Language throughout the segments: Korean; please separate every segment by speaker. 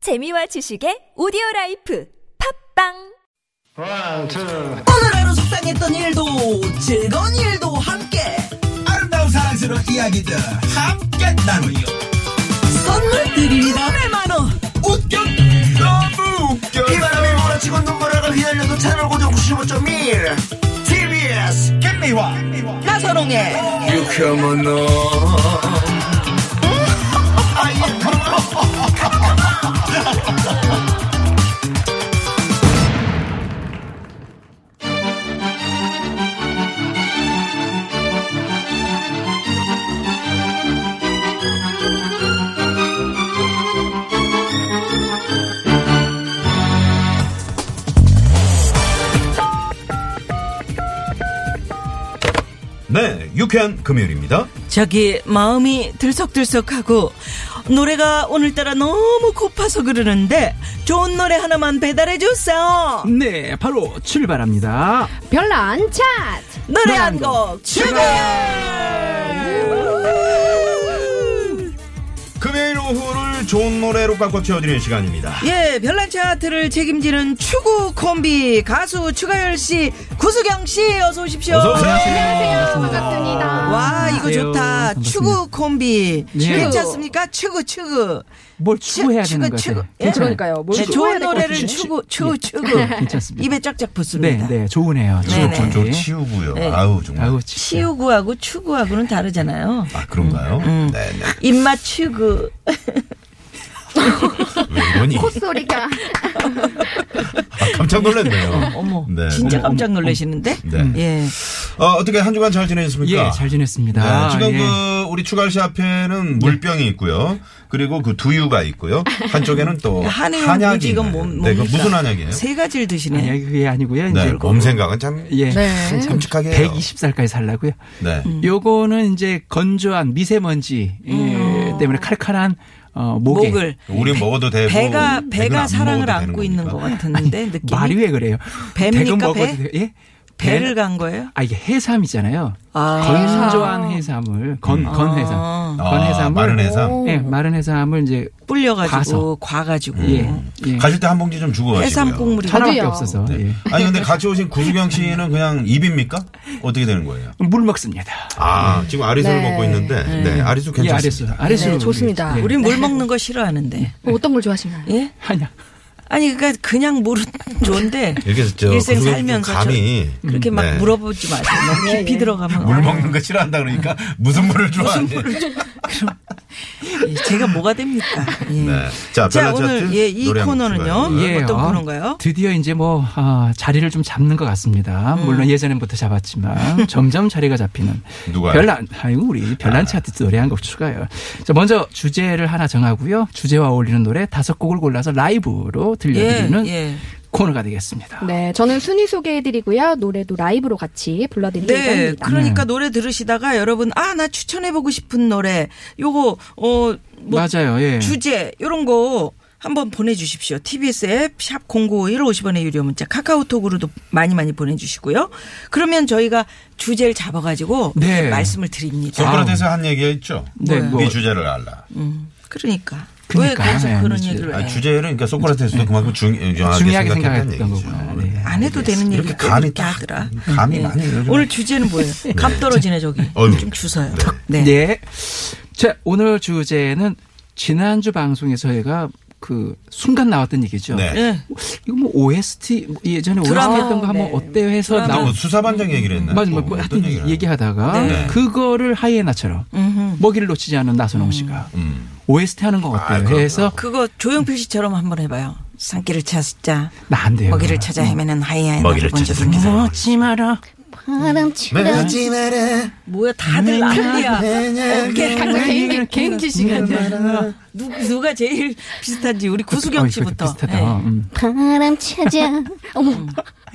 Speaker 1: 재미와 지식의 오디오 라이프 팝빵
Speaker 2: One, two.
Speaker 3: 오늘 하루 속상했던 일도 즐거운 일도 함께
Speaker 4: 아름다운 사랑스러운 이야기들 함께 나누요.
Speaker 3: 선물 드립니다 100만원
Speaker 4: 웃겨 너무 웃겨.
Speaker 2: 이 바람이 몰아치고 눈보라가 휘날려도 채널 고정 95.1 TBS
Speaker 4: 김미화
Speaker 5: 네.
Speaker 3: 나선홍의
Speaker 2: 유쾌한 만남
Speaker 5: 네, 유쾌한 금요일입니다.
Speaker 3: 저기 마음이 들썩들썩하고 노래가 오늘따라 너무 고파서 그러는데 좋은 노래 하나만 배달해줬어
Speaker 6: 네, 바로 출발합니다.
Speaker 7: 별난 차트
Speaker 3: 노래 한 곡 출발
Speaker 5: 금요일 오후를 좋은 노래로 꽉꽉 채워드리는 시간입니다.
Speaker 3: 예, 별난 차트를 책임지는 추구 콤비 가수 추가열 씨, 구수경 씨 어서 오십시오.
Speaker 5: 어서 오세요.
Speaker 7: 안녕하세요 반갑습니다
Speaker 3: 와 이거
Speaker 6: 안녕하세요.
Speaker 3: 좋다
Speaker 6: 아, 반갑습니다.
Speaker 3: 추구 콤비
Speaker 6: 예.
Speaker 3: 괜찮습니까 추구 추구
Speaker 6: 뭘 추구해야
Speaker 3: 추- 추구,
Speaker 6: 되는 거죠?
Speaker 3: 추구. 예,
Speaker 7: 그러니까요. 뭘
Speaker 3: 네,
Speaker 7: 추구해야
Speaker 3: 좋은
Speaker 7: 될것
Speaker 3: 노래를
Speaker 7: 같은데.
Speaker 3: 추구 추구 추구
Speaker 6: 네. 괜찮습니다.
Speaker 3: 입에 쫙쫙
Speaker 6: 네,
Speaker 3: 붙습니다
Speaker 6: 네, 좋으네요.
Speaker 3: 네, 네.
Speaker 5: 좀, 좀 치우고요. 아우, 정말.
Speaker 6: 아우, 치우.
Speaker 3: 치우구하고 추구하고는 다르잖아요
Speaker 5: 아, 그런가요? 네, 네.
Speaker 3: 입맛 추구
Speaker 5: 왜 이러니?
Speaker 7: 콧소리가
Speaker 5: 아, 깜짝 놀랐네요.
Speaker 3: 어머
Speaker 5: 네.
Speaker 3: 진짜
Speaker 5: 어머,
Speaker 3: 깜짝 놀라시는데
Speaker 5: 네.
Speaker 3: 예
Speaker 5: 어, 어떻게 한 주간 잘 지내셨습니까?
Speaker 6: 예, 잘
Speaker 5: 네,
Speaker 6: 지냈습니다.
Speaker 5: 지금
Speaker 6: 예. 네.
Speaker 5: 그 우리 추가열 씨 앞에는 물병이 있고요. 그리고 그 두유가 있고요. 한쪽에는 또
Speaker 3: 한의원
Speaker 5: 어, 한약이
Speaker 3: 굳이 이건
Speaker 5: 있네요.
Speaker 3: 뭐-
Speaker 5: 네, 그
Speaker 3: 뭡니까?
Speaker 5: 무슨 한약이에요?
Speaker 3: 세 가지를 드시네
Speaker 6: 아니, 예, 그게 아니고요.
Speaker 5: 네,
Speaker 6: 이제
Speaker 5: 몸 생각은 참
Speaker 6: 예,
Speaker 7: 네. 음.
Speaker 5: 깜찍하게요.
Speaker 6: 120살까지 살라고요.
Speaker 5: 네.
Speaker 3: 음.
Speaker 6: 요거는 이제 건조한 미세먼지 예,
Speaker 7: 음.
Speaker 6: 때문에 칼칼한 어, 목에
Speaker 3: 목을
Speaker 5: 우린 먹어도 되고
Speaker 3: 배가
Speaker 5: 백은
Speaker 3: 배가
Speaker 5: 네, 뭐 안
Speaker 3: 사랑을
Speaker 5: 먹어도 되는
Speaker 3: 안고 있는 것
Speaker 5: 겁니까?
Speaker 3: 같았는데 느낌이
Speaker 6: 말이 왜 그래요?
Speaker 3: 뱀입니까,
Speaker 6: 대금 먹어도
Speaker 3: 배?
Speaker 6: 돼요? 예?
Speaker 3: 배를
Speaker 6: 배-
Speaker 3: 간 거예요
Speaker 6: 아 이게 해삼이잖아요.
Speaker 3: 아
Speaker 6: 건조한 해삼을 건 건해삼
Speaker 5: 아,
Speaker 6: 건해삼을
Speaker 5: 마른 해삼.
Speaker 6: 예, 마른 해삼을 이제
Speaker 3: 불려가지고
Speaker 6: 과서.
Speaker 3: 과가지고
Speaker 6: 예, 예.
Speaker 5: 가실 때 한 봉지 좀 주고 가시고요.
Speaker 3: 해삼 국물이 네.
Speaker 6: 하나밖에
Speaker 7: 저도요.
Speaker 6: 없어서
Speaker 5: 네.
Speaker 6: 예.
Speaker 5: 아니 근데 같이 오신 구수경 씨는 그냥 입입니까? 어떻게 되는 거예요?
Speaker 6: 물 먹습니다. 예,
Speaker 5: 아 지금 아리수를
Speaker 7: 네.
Speaker 5: 먹고 있는데 네 아리수 괜찮습니다.
Speaker 6: 아래수 예.
Speaker 7: 네, 좋습니다.
Speaker 3: 우린 물 먹는 거 싫어하는데.
Speaker 7: 어떤 걸 좋아하시나요?
Speaker 3: 예?
Speaker 6: 한약.
Speaker 3: 아니 그러니까 그냥 물은 좋은데
Speaker 5: 이렇게 저
Speaker 3: 일생
Speaker 5: 구수경 씨
Speaker 3: 살면서
Speaker 5: 감히
Speaker 3: 그렇게 막
Speaker 5: 네.
Speaker 3: 물어보지 마세요. 너무 깊이 들어가면 아,
Speaker 5: 물 먹는 거 싫어한다 그러니까 무슨 물을 좋아하는데.
Speaker 3: 예, 제가 뭐가 됩니까? 예.
Speaker 5: 네. 자,
Speaker 3: 자
Speaker 5: 별난
Speaker 3: 오늘
Speaker 5: 차트
Speaker 3: 예, 이
Speaker 5: 노래 한곡
Speaker 3: 코너는요.
Speaker 5: 들어요.
Speaker 3: 예. 어떤
Speaker 6: 아,
Speaker 3: 코너인가요?
Speaker 6: 드디어 이제 뭐 아, 자리를 좀 잡는 것 같습니다. 물론 예전부터 잡았지만 점점 자리가 잡히는
Speaker 5: 누가요?
Speaker 6: 별난 아이고 우리 별난 차트 노래 한 곡 추가요. 자, 먼저 주제를 하나 정하고요. 주제와 어울리는 노래 다섯 곡을 골라서 라이브로 들려드리는
Speaker 3: 예, 예.
Speaker 6: 코너가 되겠습니다.
Speaker 7: 네 저는 순위 소개해드리고요 노래도 라이브로 같이 불러드리려고
Speaker 3: 네,
Speaker 7: 합니다
Speaker 3: 그러니까 노래 들으시다가 여러분 아 나 추천해보고 싶은 노래 요거 어뭐
Speaker 6: 맞아요. 예.
Speaker 3: 주제 요런 거 한번 보내주십시오. TBS 앱 샵 0951 50원의 유료 문자 카카오톡으로도 많이 많이 보내주시고요. 그러면 저희가 주제를 잡아가지고
Speaker 6: 네.
Speaker 3: 이렇게 말씀을 드립니다.
Speaker 5: 소크라테스 한 얘기가 있죠.
Speaker 6: 네, 뭐
Speaker 5: 이 주제를 알라.
Speaker 3: 그러니까.
Speaker 6: 그러니까.
Speaker 3: 왜 계속
Speaker 6: 네,
Speaker 3: 그런
Speaker 6: 그렇지.
Speaker 3: 얘기를
Speaker 5: 아,
Speaker 3: 해요?
Speaker 5: 주제를 그러니까 소크라테스도 아, 그만큼 중, 중요하게
Speaker 6: 중요하게
Speaker 5: 생각했다는
Speaker 6: 생각했던
Speaker 5: 얘기죠.
Speaker 6: 거구나. 네.
Speaker 3: 안 해도 되는 얘기
Speaker 5: 이렇게 감이
Speaker 3: 이렇게
Speaker 5: 딱
Speaker 3: 하더라.
Speaker 5: 감이
Speaker 3: 네.
Speaker 5: 많이 요즘-
Speaker 3: 오늘 주제는 뭐예요? 감 떨어지네 저기.
Speaker 5: 어휴.
Speaker 3: 좀 주서요.
Speaker 6: 네.
Speaker 3: 네.
Speaker 6: 자, 오늘 주제는 지난주 방송에서 저희가 그 순간 나왔던 얘기죠.
Speaker 5: 네.
Speaker 3: 예.
Speaker 6: 이거 뭐 OST 예전에
Speaker 3: 드라마. 네.
Speaker 6: OST 했던 거 한번 어때요 해서
Speaker 3: 드라마.
Speaker 5: 나
Speaker 6: 나온
Speaker 5: 뭐 수사반장 얘기를 했나?
Speaker 6: 맞아, 뭐
Speaker 5: 어떤
Speaker 6: 하여튼
Speaker 5: 얘기를
Speaker 6: 얘기하다가
Speaker 5: 네.
Speaker 6: 그거를 하이에나처럼
Speaker 3: 음흠.
Speaker 6: 먹이를 놓치지 않은 나선홍 씨가
Speaker 5: 음.
Speaker 6: OST 하는 거
Speaker 5: 아,
Speaker 6: 어때요
Speaker 5: 그럼요.
Speaker 6: 해서
Speaker 3: 그거 조용필 씨처럼 한번 해봐요. 산길을 찾자.
Speaker 6: 나 안 돼요.
Speaker 3: 먹이를 찾아 헤매는 하이아인
Speaker 5: 네. 먹이를 찾아 기사.
Speaker 6: 놓지 마라. 네.
Speaker 5: 네.
Speaker 2: 하지 마라.
Speaker 3: 뭐야 다들 난리야.
Speaker 6: 아, 그
Speaker 7: 각자
Speaker 3: 그
Speaker 7: 개인 개인기 시간
Speaker 6: 네,
Speaker 3: 누, 누가 제일 비슷한지 우리 구수경
Speaker 6: 어,
Speaker 3: 씨부터.
Speaker 6: 비슷하다.
Speaker 3: 예.
Speaker 6: 음.
Speaker 8: 바람 찾아. 어머,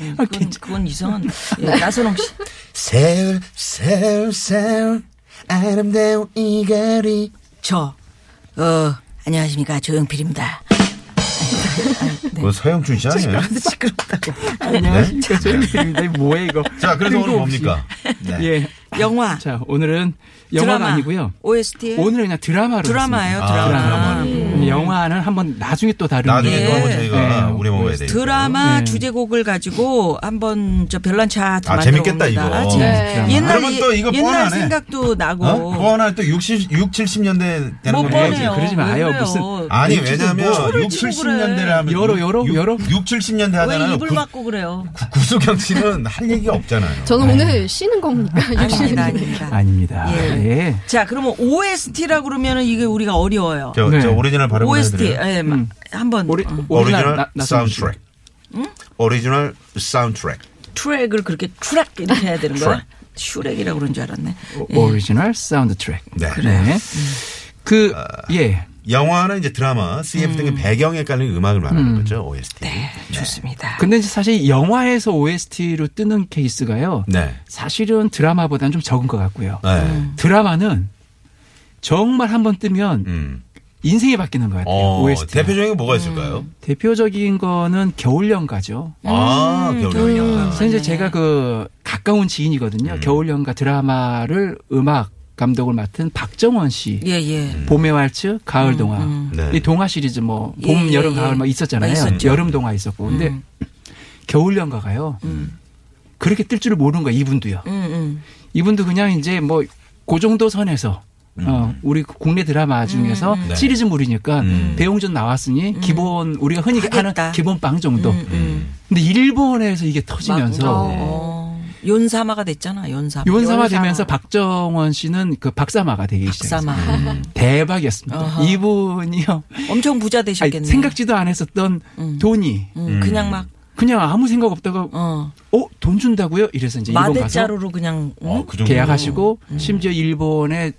Speaker 3: 예, 그건, 그건 이상한. 예, 나선홍 씨.
Speaker 2: 세울, 세울, 세울. 아름다운 이 거리.
Speaker 3: 저. 어, 안녕하십니까. 조용필입니다.
Speaker 5: 네. 그거 서영춘 씨 아니에요?
Speaker 3: 시끄럽다고.
Speaker 5: 네?
Speaker 6: 제가 조용필입니다. 이거 뭐예요 이거?
Speaker 5: 자, 그래서 오늘
Speaker 6: 뜬금없이.
Speaker 5: 뭡니까? 네.
Speaker 6: 예.
Speaker 3: 영화.
Speaker 6: 자, 오늘은 영화가
Speaker 3: 드라마.
Speaker 6: 아니고요.
Speaker 3: OST.
Speaker 6: 오늘은 아, 그냥 드라마로
Speaker 3: 드라마예요,
Speaker 6: 했습니다.
Speaker 3: 드라마.
Speaker 5: 드라마로.
Speaker 3: 음.
Speaker 6: 영화는 한번 나중에 또 다른
Speaker 5: 나중에 또
Speaker 3: 네.
Speaker 5: 한번 저희가
Speaker 6: 네.
Speaker 5: 우리 먹어야 되니까.
Speaker 3: 드라마
Speaker 6: 네.
Speaker 3: 주제곡을 가지고 한번 저 별난 차트
Speaker 5: 아,
Speaker 3: 만들어
Speaker 5: 재밌겠다,
Speaker 3: 봅니다.
Speaker 5: 이거.
Speaker 3: 아, 재밌-
Speaker 6: 네.
Speaker 3: 옛날
Speaker 5: 그러면
Speaker 3: 이-
Speaker 5: 또 이거
Speaker 3: 옛날
Speaker 5: 뻔하네.
Speaker 3: 생각도 나고
Speaker 5: 어? 뭐 하나 또 60, 6, 70년대 되는
Speaker 3: 못
Speaker 5: 거
Speaker 6: 뻔해요.
Speaker 5: 해야지.
Speaker 6: 그러지 마요.
Speaker 3: 왜 그래요?
Speaker 6: 무슨-
Speaker 5: 아니
Speaker 6: 육칠-
Speaker 5: 왜냐면
Speaker 6: 뭐
Speaker 3: 초를
Speaker 5: 6,
Speaker 3: 치고
Speaker 5: 70년대를
Speaker 3: 그래.
Speaker 5: 하면
Speaker 6: 여러, 여러, 여러?
Speaker 5: 6, 70년대
Speaker 3: 왜
Speaker 5: 하잖아요.
Speaker 3: 입을
Speaker 5: 구-
Speaker 3: 막고 그래요?
Speaker 5: 구- 구수경 씨는 할 얘기가 없잖아요.
Speaker 7: 저는 오늘 쉬는 겁니까?
Speaker 3: 아닙니다, 아닙니다.
Speaker 6: 아닙니다.
Speaker 3: 예.
Speaker 6: 예.
Speaker 3: 자, 그러면 OST라 그러면은 이게 우리가 어려워요.
Speaker 5: 저,
Speaker 6: 네.
Speaker 5: 저 오리지널 발음을
Speaker 3: OST,
Speaker 5: 해드려요.
Speaker 3: 예,
Speaker 6: 음.
Speaker 3: 한번
Speaker 6: 오리,
Speaker 3: 어,
Speaker 5: 오리지널
Speaker 6: 나- 나선우 씨.
Speaker 5: 사운드트랙. 오리지널 사운드트랙.
Speaker 3: 트랙을 그렇게 트랙 이렇게 해야 되는 거야?
Speaker 5: 트랙.
Speaker 3: 슈렉이라고 그런 줄 알았네. 예.
Speaker 6: 오리지널 사운드 트랙.
Speaker 5: 네. 아.
Speaker 6: 네. 그, 예.
Speaker 5: 영화나 이제 드라마, CF 등의 배경에 깔린 음. 음악을 말하는 거죠. OST.
Speaker 3: 네, 좋습니다.
Speaker 6: 근데 이제 사실 영화에서 OST로 뜨는 케이스가요.
Speaker 5: 네.
Speaker 6: 사실은 드라마보다는 좀 적은 것 같고요.
Speaker 5: 네.
Speaker 6: 드라마는 정말 한 번 뜨면
Speaker 5: 음.
Speaker 6: 인생이 바뀌는 것 같아요.
Speaker 5: 어,
Speaker 6: OST.
Speaker 5: 대표적인 게 뭐가 있을까요?
Speaker 6: 대표적인 거는 겨울연가죠.
Speaker 5: 아, 겨울 영화.
Speaker 6: 그래서 이제 제가 그 가까운 지인이거든요.
Speaker 5: 음.
Speaker 6: 겨울연가 드라마를 음악 감독을 맡은 박정원 씨.
Speaker 3: 예, 예.
Speaker 6: 봄의 왈츠, 가을 동화.
Speaker 5: 네.
Speaker 6: 이 동화 시리즈 뭐
Speaker 3: 예,
Speaker 6: 봄,
Speaker 3: 예,
Speaker 6: 여름,
Speaker 3: 예.
Speaker 6: 가을 막 있었잖아요.
Speaker 3: 아, 있었죠. 음.
Speaker 6: 여름 동화 있었고. 근데 겨울 연가가요. 그렇게 뜰 줄을 모르는 거야, 이분도요.
Speaker 3: 음, 음.
Speaker 6: 이분도 그냥 이제 뭐 그 정도 선에서
Speaker 5: 음.
Speaker 6: 어, 우리 국내
Speaker 3: 음,
Speaker 6: 드라마 중에서
Speaker 5: 네.
Speaker 6: 시리즈물이니까
Speaker 5: 음.
Speaker 6: 배용준 나왔니 기본 우리가 흔히
Speaker 3: 하겠다.
Speaker 6: 하는 기본 빵 정도.
Speaker 3: 음, 음.
Speaker 6: 근데 일본에서 이게
Speaker 3: 막,
Speaker 6: 터지면서
Speaker 3: 어, 연사마가 됐잖아, 연사마.
Speaker 6: 요원사마 되면서 박정원 씨는 그 박사마가 되기 시작했어요.
Speaker 3: 박사마.
Speaker 5: 음.
Speaker 6: 대박이었습니다.
Speaker 3: 어허.
Speaker 6: 이분이요.
Speaker 3: 엄청 부자 되셨겠네.
Speaker 6: 아니, 생각지도 안 했었던 돈이
Speaker 3: 음, 그냥 막,
Speaker 6: 그냥 아무 생각 없다가 어,
Speaker 3: 어,
Speaker 6: 돈 준다고요? 이래서 이제 일본 가서
Speaker 3: 마대자루로 음. 그냥, 응?
Speaker 5: 어, 그 정도.
Speaker 6: 계약하시고 심지어 일본에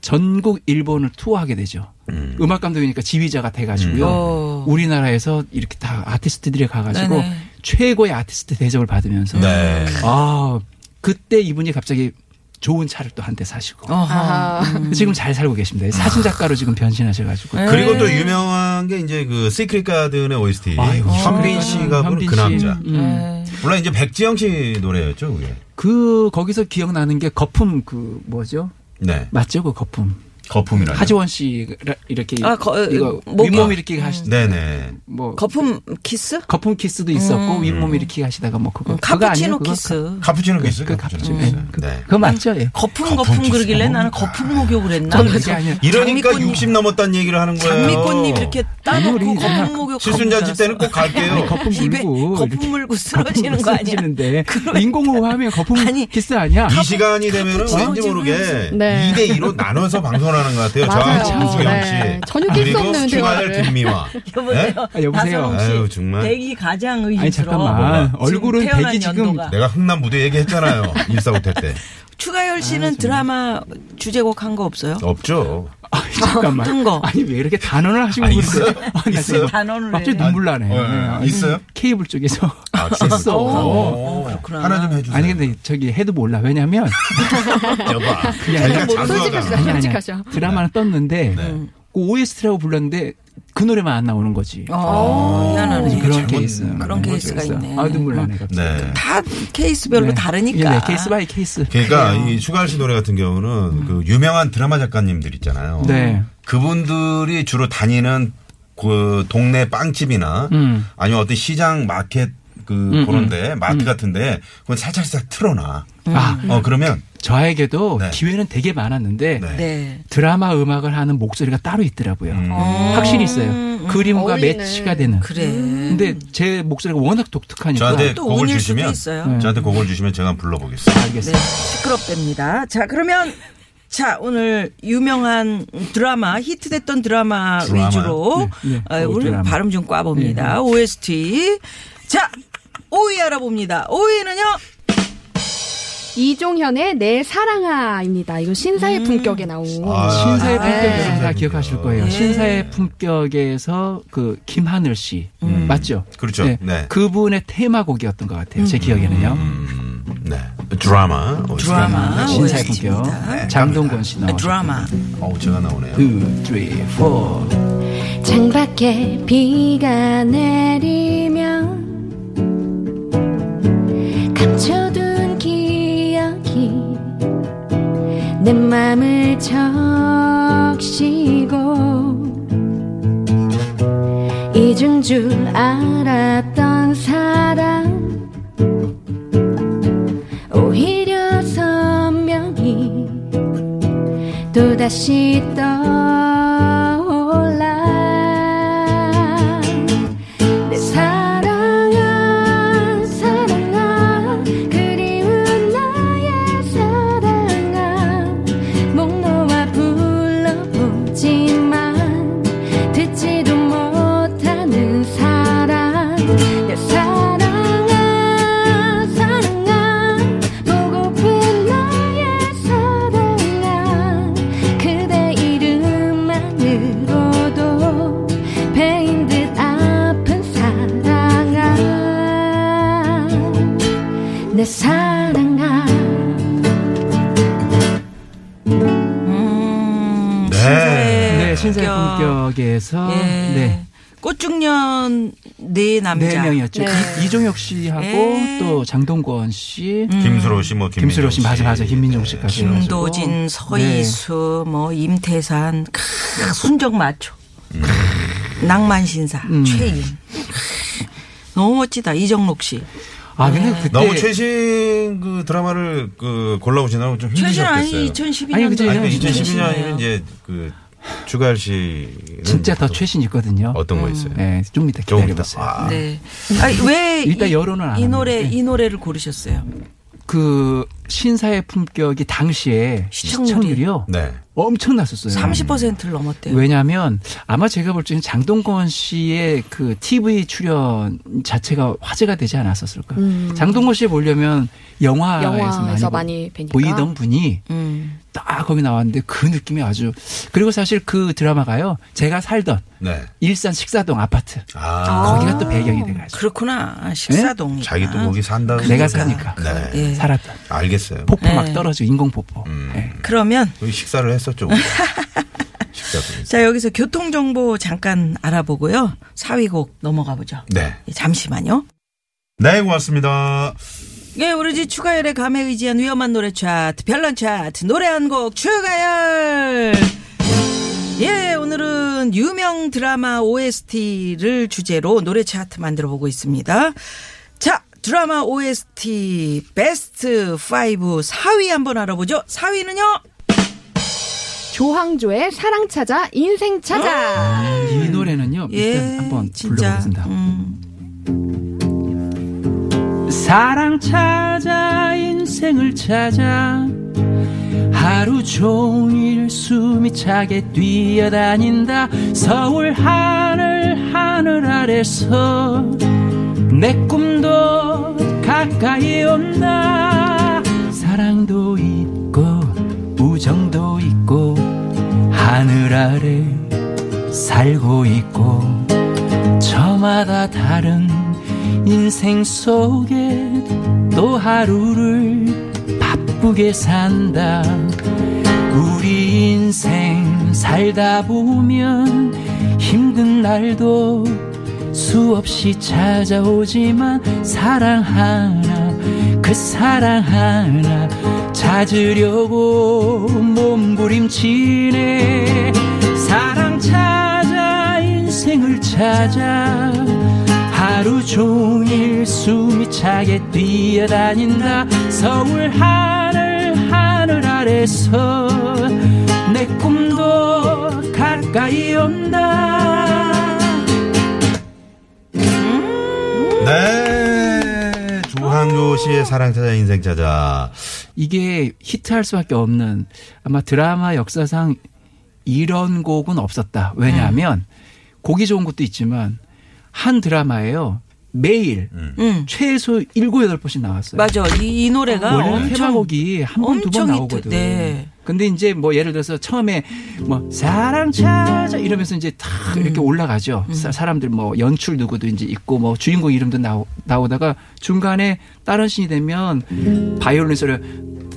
Speaker 6: 전국 일본을 투어하게 되죠.
Speaker 5: 음.
Speaker 6: 음. 악 감독이니까 지휘자가 돼 가지고요.
Speaker 3: 어.
Speaker 6: 우리나라에서 이렇게 다 아티스트들이 가 가지고
Speaker 3: 네네.
Speaker 6: 최고의 아티스트 대접을 받으면서
Speaker 5: 네.
Speaker 6: 아, 그때 이분이 갑자기 좋은 차를 또 한 대 사시고
Speaker 3: 어허.
Speaker 7: 아.
Speaker 6: 지금 잘 살고 계십니다. 사진 작가로 지금 변신하셔 가지고
Speaker 5: 그리고 또 유명한 게 이제 그 시크릿 가든의 OST.
Speaker 6: 아이고,
Speaker 5: 현빈
Speaker 6: 시크릿
Speaker 5: 씨가
Speaker 6: 가든,
Speaker 5: 부른 그
Speaker 6: 네. 어. 현빈 씨. 음. 네.
Speaker 5: 남자.
Speaker 3: 음. 네.
Speaker 5: 물론 이제 백지영 씨 노래였죠, 그게.
Speaker 6: 그 거기서 기억나는 게 거품 그 뭐죠?
Speaker 5: 네.
Speaker 6: 맞죠? 그 거품.
Speaker 5: 거품이라는.
Speaker 6: 하지원 씨 이렇게
Speaker 3: 아, 거-
Speaker 6: 이거
Speaker 3: 목이-
Speaker 6: 윗몸 일으키기 하시
Speaker 5: 네네.
Speaker 6: 뭐
Speaker 3: 거품 키스?
Speaker 6: 거품 키스도 있었고 윗몸 일으키기 하시다가 뭐 그거
Speaker 3: 음,
Speaker 6: 그거 아니에요?
Speaker 3: 카푸치노
Speaker 6: 그거?
Speaker 3: 키스.
Speaker 5: 카푸치노 키스?
Speaker 6: 그
Speaker 5: 카푸치노
Speaker 6: 카푸치노.
Speaker 5: 키스. 네.
Speaker 6: 그거 맞죠? 예.
Speaker 3: 거품,
Speaker 5: 거품
Speaker 3: 거품
Speaker 5: 키스.
Speaker 3: 그러길래 나는 거품 목욕을 했나?
Speaker 6: 저는 그게 아니라
Speaker 5: 이러니까
Speaker 3: 장미꽃잎.
Speaker 5: 60 넘었다는 얘기를 하는 거예요.
Speaker 3: 장미꽃잎 이렇게 따놓고
Speaker 6: 눈물이
Speaker 3: 거품 목욕
Speaker 5: 칠순잔치 때는 꼭 갈게요.
Speaker 6: 거품
Speaker 3: 입에
Speaker 6: 물고 이렇게
Speaker 3: 거품 물고 쓰러지는 거 아니야?
Speaker 6: 쓰러지는데
Speaker 3: 그러니까.
Speaker 6: 인공호흡하면 거품
Speaker 3: 아니,
Speaker 6: 키스 아니야?
Speaker 5: 이 시간이 되면은
Speaker 3: 카푸치노
Speaker 5: 왠지 모르게
Speaker 7: 네.
Speaker 5: 2대 2로 나눠서 방송하는 것 같아요.
Speaker 7: 맞아요.
Speaker 5: 저하고 김수경 씨.
Speaker 7: 네. 전혀 낄수
Speaker 5: 그리고
Speaker 7: 없는
Speaker 5: 주말
Speaker 7: 대화를.
Speaker 5: 김미화. 네?
Speaker 3: 여보세요.
Speaker 6: 아, 여보세요.
Speaker 3: 나선홍 씨,
Speaker 5: 아유, 정말.
Speaker 3: 대기 가장 의심스러워.
Speaker 6: 아니 잠깐만
Speaker 3: 지금
Speaker 6: 얼굴은
Speaker 3: 태어난
Speaker 6: 대기 지금
Speaker 3: 연도가.
Speaker 5: 내가 흥남 무대 얘기했잖아요. 일사 호텔 때.
Speaker 3: 추가열 씨는 드라마 주제곡 한 거 없어요?
Speaker 5: 없죠.
Speaker 6: 아니, 잠깐만
Speaker 3: 어떤 거?
Speaker 6: 아니 왜 이렇게 단언을 하시고
Speaker 5: 아,
Speaker 6: 그러세요?
Speaker 5: 있어요?
Speaker 6: 아니, 나
Speaker 5: 있어요?
Speaker 6: 지금
Speaker 3: 단언을
Speaker 6: 갑자기
Speaker 3: 해요.
Speaker 6: 눈물 나네.
Speaker 5: 어, 예,
Speaker 6: 요
Speaker 5: 있어요?
Speaker 6: 케이블 쪽에서
Speaker 5: 아,
Speaker 6: 있어.
Speaker 5: 오,
Speaker 3: 그렇구나.
Speaker 5: 하나 좀 해주세요.
Speaker 6: 아니 근데 저기 해도 몰라 왜냐면
Speaker 5: 여봐.
Speaker 6: 그게 아니라
Speaker 5: 자기가 음.
Speaker 7: 솔직하시다.
Speaker 5: 음. 자수하잖아. 네.
Speaker 6: 아니, 아니,
Speaker 7: 솔직하죠.
Speaker 6: 드라마는 떴는데 그 OST라고 불렀는데 그 노래만 안 나오는 거지.
Speaker 3: 어,
Speaker 6: 그래서
Speaker 3: 미안하네.
Speaker 6: 그런
Speaker 5: 잘못
Speaker 6: 케이스
Speaker 3: 그런 케이스가 있네.
Speaker 6: 아 눈물 나네 갑자기.
Speaker 5: 네.
Speaker 3: 다 케이스별로
Speaker 6: 네.
Speaker 3: 다르니까.
Speaker 6: 예, 네, 케이스 바이 케이스.
Speaker 5: 그러니까 이 추가할 씨 노래 같은 경우는 그 유명한 드라마 작가님들 있잖아요.
Speaker 6: 네.
Speaker 5: 그분들이 주로 다니는 그 동네 빵집이나
Speaker 6: 음.
Speaker 5: 아니면 어떤 시장 마켓 그 그런데 마트 같은데 그건 살짝살짝 틀어놔.
Speaker 3: 음.
Speaker 6: 아
Speaker 5: 어 그러면
Speaker 6: 저에게도
Speaker 5: 네.
Speaker 6: 기회는 되게 많았는데
Speaker 5: 네.
Speaker 3: 네.
Speaker 6: 드라마 음악을 하는 목소리가 따로 있더라고요.
Speaker 5: 음.
Speaker 6: 확실히 있어요.
Speaker 3: 음,
Speaker 6: 그림과
Speaker 7: 어울리네.
Speaker 6: 매치가 되는.
Speaker 3: 그래.
Speaker 6: 근데
Speaker 3: 음.
Speaker 6: 제 목소리가 워낙 독특하니까.
Speaker 5: 저한테
Speaker 3: 또
Speaker 5: 곡을
Speaker 3: 운일 수도
Speaker 5: 주시면
Speaker 3: 있어요.
Speaker 5: 저한테 곡을 주시면 제가 한번 불러보겠습니다.
Speaker 6: 알겠어요.
Speaker 3: 네, 시끄럽답니다. 자, 그러면 자, 오늘 유명한 드라마, 히트됐던 드라마
Speaker 5: 드라마요?
Speaker 3: 위주로
Speaker 6: 네, 네.
Speaker 3: 아,
Speaker 6: 어,
Speaker 3: 오늘
Speaker 6: 드라마. 네,
Speaker 3: 발음 좀 꽈봅니다. OST. 자, 5위 알아봅니다. 5위는요?
Speaker 7: 이종현의 내 사랑아입니다. 이거 신사의 품격에 나온.
Speaker 6: 신사의
Speaker 5: 아,
Speaker 6: 품격
Speaker 5: 네.
Speaker 6: 여러분 다 기억하실 거예요.
Speaker 3: 네.
Speaker 6: 신사의 품격에서 그 김하늘 씨 맞죠?
Speaker 5: 그렇죠. 네.
Speaker 6: 그분의 테마곡이었던 것 같아요. 제 기억에는요.
Speaker 5: 음, 네. 드라마. 어,
Speaker 3: 드라마.
Speaker 6: 신사의
Speaker 3: OST
Speaker 6: 품격.
Speaker 3: 입니다. 네,
Speaker 6: 장동건 씨 나와.
Speaker 3: 드라마.
Speaker 5: 어우 제가 나오네요.
Speaker 6: 2, 3, 4.
Speaker 8: 창밖에 비가 내리면 감춰둔 기억이 내 맘을 적시고 해준 줄 알았던 사람 오히려 선명히 또다시 떠올라 내 사랑아 사랑아 그리운 나의 사랑아 목 놓아 불러보지만 듣지도 못하는 사랑 내 사랑아 사랑아 보고픈 나의 사랑아 그대 이름만으로도 배인 듯 아픈 사랑아 내 사랑아
Speaker 3: 음,
Speaker 5: 네.
Speaker 6: 네,
Speaker 3: 신사의
Speaker 6: 신사의
Speaker 3: 품격.
Speaker 6: 본격에서
Speaker 3: 예.
Speaker 6: 네.
Speaker 3: 꽃중년 네
Speaker 6: 네
Speaker 3: 남자.
Speaker 6: 명이었죠. 이- 이종혁 씨하고
Speaker 3: 예. 음.
Speaker 6: 또 장동건 씨,
Speaker 5: 김수로 씨, 뭐 김민정
Speaker 6: 음. 김수로 씨, 맞아 맞아 김민종 씨까지
Speaker 3: 김도진,
Speaker 6: 해가지고. 네.
Speaker 3: 서희수, 뭐 임태산, 크, 순정 마초, 크, 낭만 신사,
Speaker 6: 음.
Speaker 3: 최인. 크, 너무 멋지다 이정록 씨.
Speaker 6: 아 근데 그때
Speaker 5: 네. 너무 최신 그 드라마를 그 골라오시느라고 좀
Speaker 3: 최신 아니
Speaker 5: 힘드셨겠어요.
Speaker 3: 2012년도.
Speaker 6: 아니, 그죠,
Speaker 5: 아니,
Speaker 6: 이건
Speaker 5: 2012년이면 이제 그 주갈 씨
Speaker 6: 진짜
Speaker 5: 음.
Speaker 6: 더 최신 있거든요.
Speaker 5: 어떤 거 있어요?
Speaker 6: 네, 좀 이따
Speaker 5: 조금 이따.
Speaker 6: 기다려보세요.
Speaker 5: 아,
Speaker 3: 네. 아니, 왜
Speaker 6: 일단
Speaker 3: 이,
Speaker 6: 여론은 안
Speaker 3: 이
Speaker 6: 합니다.
Speaker 3: 노래
Speaker 6: 네.
Speaker 3: 이 노래를 고르셨어요?
Speaker 6: 그 신사의 품격이 당시에
Speaker 3: 시청률이-
Speaker 6: 시청률이. 요
Speaker 5: 네.
Speaker 6: 엄청났었어요.
Speaker 3: 30%를 넘었대요.
Speaker 6: 왜냐하면 아마 제가 볼 때는 장동건 씨의 그 TV 출연 자체가 화제가 되지 않았었을까.
Speaker 8: 음.
Speaker 6: 장동건 씨 보려면 음. 영화에서,
Speaker 7: 영화에서 많이
Speaker 6: 많이,
Speaker 7: 뵈니까.
Speaker 6: 보이던 분이
Speaker 3: 음.
Speaker 6: 딱 거기 나왔는데 그 느낌이 아주 그리고 사실 그 드라마가요. 제가 살던
Speaker 5: 네.
Speaker 6: 일산 식사동 아파트
Speaker 5: 아,
Speaker 6: 거기가 또 배경이 돼가지고
Speaker 3: 그렇구나 식사동.
Speaker 6: 네?
Speaker 3: 이
Speaker 5: 자기 또 거기 산다.
Speaker 6: 내가
Speaker 3: 그러니까.
Speaker 6: 사니까
Speaker 5: 네.
Speaker 3: 네. 아, 예.
Speaker 6: 살았던
Speaker 5: 알겠어요.
Speaker 6: 폭포
Speaker 3: 네.
Speaker 6: 막 떨어져 인공 폭포.
Speaker 5: 음.
Speaker 6: 예.
Speaker 3: 그러면
Speaker 5: 여기 식사를 했었죠. 우리. 식사도.
Speaker 3: 자 여기서 교통 정보 잠깐 알아보고요. 사위곡 넘어가 보죠.
Speaker 5: 네.
Speaker 3: 예, 잠시만요.
Speaker 5: 네, 고맙습니다.
Speaker 3: 예, 오로지 추가열의 감에 의지한 위험한 노래 차트, 별난 차트, 노래 한 곡 추가열! 예, 오늘은 유명 드라마 OST를 주제로 노래 차트 만들어 보고 있습니다. 자, 드라마 OST 베스트 5 4위 한번 알아보죠. 4위는요?
Speaker 7: 조항조의 사랑 찾아 인생 찾아.
Speaker 6: 이 노래는요.
Speaker 3: 예,
Speaker 6: 일단 한번
Speaker 3: 진짜.
Speaker 6: 불러보겠습니다.
Speaker 3: 음,
Speaker 6: 사랑 찾아 인생을 찾아 하루 종일 숨이 차게 뛰어다닌다 서울 하늘 하늘 아래서 내 꿈도 가까이 온다 사랑도 있고 우정도 있고 하늘 아래 살고 있고 저마다 다른 인생 속에 또 하루를 바쁘게 산다. 우리 인생 살다 보면 힘든 날도 수없이 찾아오지만 사랑 하나 그 사랑 하나 찾으려고 몸부림치네 사랑 찾아 인생을 찾아 하루 종일 숨이 차게 뛰어다닌다 서울 하늘 하늘 아래서 내 꿈도 가까이 온다
Speaker 5: 네. 조항조 씨의 사랑 찾아 인생 찾아.
Speaker 6: 이게 히트할 수밖에 없는 아마 드라마 역사상 이런 곡은 없었다. 왜냐하면 곡이 좋은 것도 있지만 한 드라마에요 매일
Speaker 3: 음.
Speaker 6: 최소 일곱 여덟 번씩 나왔어요.
Speaker 3: 맞아. 이, 이 노래가
Speaker 6: 원래는
Speaker 3: 엄청.
Speaker 6: 테마곡이 한 번 두 번
Speaker 3: 엄청
Speaker 6: 나오거든.
Speaker 3: 히트, 네.
Speaker 6: 근데 이제 뭐 예를 들어서 처음에 뭐 사랑 찾아 이러면서 이제 탁
Speaker 3: 음.
Speaker 6: 이렇게 올라가죠. 사- 사람들 뭐 연출 누구도 이제 있고 뭐 주인공 이름도 나오, 나오다가 중간에 다른 신이 되면 바이올린 소리
Speaker 3: 음,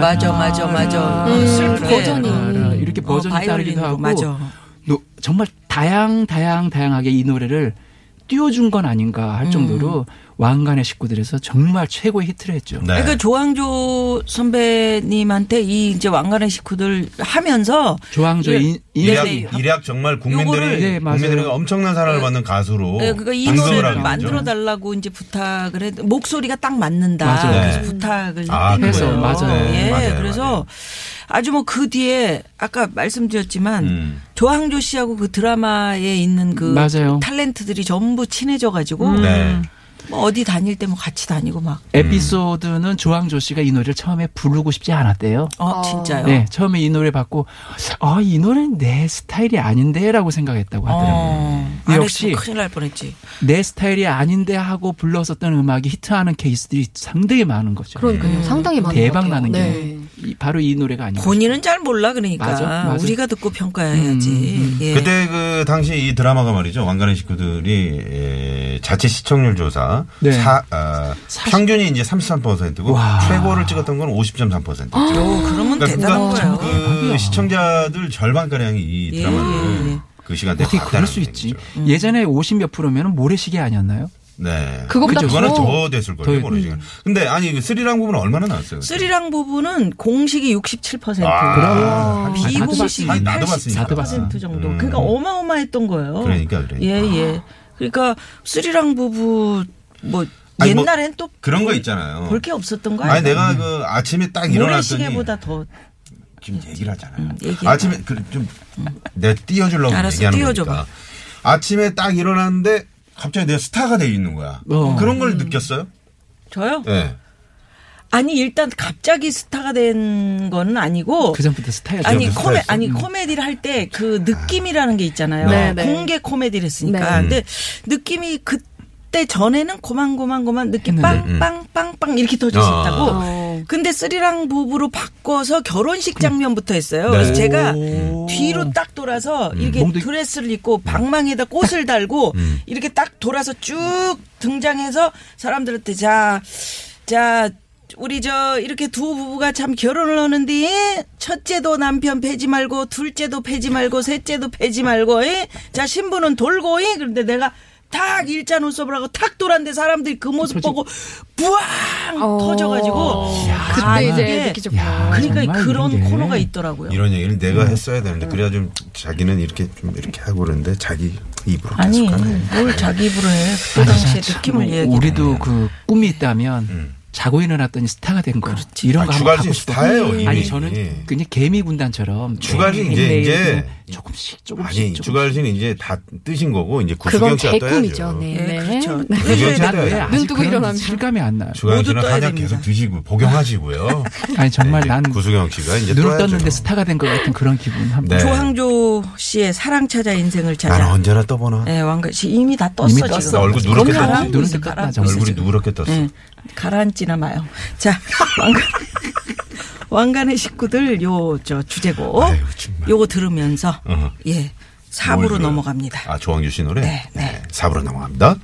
Speaker 3: 맞아, 맞아, 맞아. 음, 슬프게.
Speaker 7: 버전이.
Speaker 6: 이렇게
Speaker 3: 어,
Speaker 6: 버전이 따르기도
Speaker 3: 바이올린으로,
Speaker 6: 하고
Speaker 3: 맞아.
Speaker 6: 노- 정말 다양 다양 다양하게 이 노래를 띄워준 건 아닌가
Speaker 3: 음.
Speaker 6: 할 정도로 왕관의 식구들에서 정말 최고의 히트를 했죠.
Speaker 5: 네.
Speaker 3: 그러니까 조항조 선배님한테 이 이제 왕관의 식구들 하면서
Speaker 6: 조항조
Speaker 3: 예.
Speaker 6: 인- 인-
Speaker 5: 일약,
Speaker 3: 네, 네.
Speaker 5: 일약
Speaker 3: 요거를-
Speaker 5: 정말 국민들이
Speaker 6: 네, 맞아요.
Speaker 5: 국민들이 엄청난 사랑을 받는 가수로
Speaker 3: 네, 그러니까 이
Speaker 5: 방송을
Speaker 3: 노래를
Speaker 5: 하게 되죠.
Speaker 3: 만들어 달라고 이제 부탁을 했 목소리가 딱 맞는다.
Speaker 6: 맞아요.
Speaker 3: 그래서
Speaker 5: 네.
Speaker 3: 부탁을
Speaker 5: 아,
Speaker 3: 했던
Speaker 6: 그래요?
Speaker 3: 거예요.
Speaker 6: 맞아요.
Speaker 3: 예,
Speaker 5: 맞아요,
Speaker 3: 그래서
Speaker 5: 맞아요.
Speaker 3: 아주 뭐 그 뒤에 아까 말씀드렸지만
Speaker 5: 음.
Speaker 3: 조항조 씨하고 그 드라마에 있는 그
Speaker 6: 맞아요.
Speaker 3: 탤런트들이 전부 친해져 가지고
Speaker 5: 네.
Speaker 3: 뭐 어디 다닐 때 뭐 같이 다니고 막 음.
Speaker 6: 에피소드는 조항조 씨가 이 노래를 처음에 부르고 싶지 않았대요.
Speaker 3: 어, 진짜요.
Speaker 6: 네, 처음에 이 노래 받고 아, 이 노래는 내 스타일이 아닌데라고 생각했다고 하더라고요.
Speaker 3: 어.
Speaker 6: 네,
Speaker 3: 안
Speaker 6: 역시-
Speaker 3: 했으면 큰일 날 뻔했지.
Speaker 6: 내 스타일이 아닌데 하고 불렀었던 음악이 히트하는 케이스들이 상당히 많은 거죠.
Speaker 9: 그러니까요. 상당히 많은
Speaker 6: 대박
Speaker 9: 것 같아요.
Speaker 6: 나는
Speaker 9: 네.
Speaker 6: 경우. 이- 바로 이 노래가 아니고.
Speaker 3: 본인은 잘 몰라 그러니까
Speaker 6: 맞아, 맞아.
Speaker 3: 우리가 듣고 평가해야지.
Speaker 5: 음,
Speaker 3: 예.
Speaker 5: 그때 그 당시 이 드라마가 말이죠. 왕관의 식구들이 예, 자체 시청률 조사
Speaker 6: 네.
Speaker 5: 사- 아, 평균이 이제 33%고
Speaker 6: 와.
Speaker 5: 최고를 찍었던 건 50.3%.
Speaker 3: 요, 그러면 아, 대단한
Speaker 5: 그러니까
Speaker 3: 거예요.
Speaker 5: 그 시청자들 절반 가량이 이
Speaker 3: 예,
Speaker 5: 드라마를
Speaker 3: 예, 예.
Speaker 5: 그 시간대에
Speaker 6: 어떻게
Speaker 5: 봤다는
Speaker 6: 그럴 수 있지?
Speaker 5: 얘기죠.
Speaker 3: 음.
Speaker 6: 예전에 50 몇 프로면 모래시계 아니었나요?
Speaker 5: 네.
Speaker 9: 그거보다
Speaker 5: 그거는
Speaker 9: 더-
Speaker 5: 저 됐을 거예요.
Speaker 6: 더- 음.
Speaker 5: 모르지 근데 아니 그 스리랑 부분은 얼마나 나왔어요?
Speaker 3: 쓰리랑 부분은 공식이 67%.
Speaker 5: 그 아, 그럼.
Speaker 6: 나도
Speaker 3: 비공식이
Speaker 6: 봤으니까.
Speaker 5: 나도 봤으니까.
Speaker 3: 84% 정도.
Speaker 5: 음.
Speaker 3: 그러니까 어마어마했던 거예요.
Speaker 5: 그러니까, 그러니까.
Speaker 3: 예, 예. 그러니까 쓰리랑 부부 뭐
Speaker 5: 아니, 뭐
Speaker 3: 옛날엔 또
Speaker 5: 그런 거 있잖아요.
Speaker 3: 볼 게 없었던 거
Speaker 5: 아니
Speaker 3: 아니에요?
Speaker 5: 내가 그 아침에 딱 일어났더니
Speaker 3: 모래시계보다 더
Speaker 5: 지금 얘기를 하잖아요.
Speaker 3: 얘기해봐.
Speaker 5: 아침에 그 그좀내 띄워주려고
Speaker 3: 알았어,
Speaker 5: 얘기하는
Speaker 3: 띄워줘봐.
Speaker 5: 거니까. 아침에 딱 일어났는데 갑자기 내가 스타가 돼 있는 거야.
Speaker 6: 어.
Speaker 5: 그런 걸 느꼈어요?
Speaker 3: 저요?
Speaker 5: 예.
Speaker 3: 아니 일단 갑자기 스타가 된 거는 아니고
Speaker 6: 그 전부터 스타일.
Speaker 3: 아니
Speaker 5: 그전부터
Speaker 3: 코메
Speaker 5: 스타였어.
Speaker 3: 아니 코미디를 할 때 그 느낌이라는 게 있잖아요.
Speaker 9: 네, 네.
Speaker 3: 공개 코미디를 했으니까.
Speaker 9: 네.
Speaker 3: 근데 느낌이 그때 전에는 고만고만고만 느낌
Speaker 6: 했는데.
Speaker 3: 빵빵빵빵 이렇게 터질 수
Speaker 5: 아.
Speaker 3: 있다고.
Speaker 9: 어.
Speaker 3: 근데 쓰리랑 부부로 바꿔서 결혼식 장면부터 했어요. 그래서 제가 뒤로 딱 돌아서 이렇게
Speaker 6: 몽둥이-
Speaker 3: 드레스를
Speaker 6: 음.
Speaker 3: 입고 방망이에다 꽃을 달고 이렇게 딱 돌아서 쭉 등장해서 사람들한테 자, 자, 우리 저 이렇게 두 부부가 참 결혼을 하는데 예? 첫째도 남편 패지 말고 둘째도 패지 말고 셋째도 패지 말고 예? 자 신부는 돌고 예? 그런데 내가 탁 일자 눈썹을 하고 탁 돌았는데 사람들이 그 모습 보고 부왕
Speaker 9: 어.
Speaker 3: 터져가지고
Speaker 9: 그때
Speaker 3: 아,
Speaker 9: 이제
Speaker 3: 이게
Speaker 9: 느끼셨구나.
Speaker 6: 야.
Speaker 3: 그러니까
Speaker 6: 정말
Speaker 3: 그런
Speaker 6: 이게.
Speaker 3: 코너가 있더라고요.
Speaker 5: 이런 얘기를 내가
Speaker 3: 음.
Speaker 5: 했어야 되는데 그래야 좀 자기는 이렇게 좀 이렇게 하고 그러는데 자기 입으로
Speaker 3: 아니 음,
Speaker 5: 계속 하네. 뭐
Speaker 3: 뭘 자기 입으로 해. 그때 당시의 느낌을 얘기해.
Speaker 6: 뭐 우리도 그 꿈이 있다면 자고 일어났더니 스타가 된 거. 이런 거
Speaker 5: 음. 아,
Speaker 6: 한번
Speaker 5: 주가진
Speaker 6: 하고 싶어.
Speaker 5: 스타예요, 이미.
Speaker 6: 아니 저는 그냥 개미 군단처럼
Speaker 5: 주가진 이제-
Speaker 6: 매일매일
Speaker 5: 이제
Speaker 6: 그냥 조금씩 조금씩
Speaker 5: 아니
Speaker 6: 조금씩.
Speaker 5: 주갈신 이제 다 뜨신 거고 이제
Speaker 9: 그건
Speaker 5: 구수경 씨가
Speaker 9: 제
Speaker 5: 떠야죠.
Speaker 9: 꿈이죠. 네.
Speaker 3: 예,
Speaker 9: 네.
Speaker 3: 그렇죠.
Speaker 5: 구수경 씨가
Speaker 6: 난왜
Speaker 5: 떠야죠.
Speaker 6: 아직
Speaker 9: 눈 뜨고
Speaker 6: 그런
Speaker 9: 일어나면.
Speaker 6: 실감이 안 나요.
Speaker 5: 주간 씨는
Speaker 3: 모두 떠야
Speaker 5: 한약
Speaker 3: 됩니다.
Speaker 5: 계속 드시고 복용하시고요.
Speaker 6: 아니 정말
Speaker 5: 네,
Speaker 6: 난
Speaker 5: 구수경 씨가 이제
Speaker 6: 눈을
Speaker 5: 떠야죠.
Speaker 6: 떴는데 스타가 된 것 같은 그런 기분
Speaker 5: 네.
Speaker 6: 한번.
Speaker 3: 조항조 씨의 사랑 찾아 인생을
Speaker 5: 난
Speaker 3: 찾아.
Speaker 5: 언제나 떠보나.
Speaker 6: 네.
Speaker 3: 예, 왕가 씨 이미 다 떴어
Speaker 6: 이미
Speaker 3: 지금.
Speaker 6: 떴어.
Speaker 5: 얼굴 누렇게
Speaker 3: 그럼
Speaker 5: 떴어.
Speaker 3: 가라앉고
Speaker 6: 눈은
Speaker 3: 있어,
Speaker 6: 떴다,
Speaker 3: 가라앉고
Speaker 6: 정말.
Speaker 3: 있어,
Speaker 5: 얼굴이
Speaker 3: 지금.
Speaker 5: 누렇게 떴어.
Speaker 6: 네.
Speaker 3: 예, 가라앉지나 마요. 자, 왕관 왕관의 식구들 요 저 주제곡
Speaker 5: 아유, 정말.
Speaker 3: 요거 들으면서
Speaker 5: 어허.
Speaker 3: 예. 4부로
Speaker 5: 뭘 들어요?
Speaker 3: 넘어갑니다.
Speaker 5: 아, 조항규 씨 노래?
Speaker 3: 네, 네.
Speaker 5: 4부로 넘어갑니다.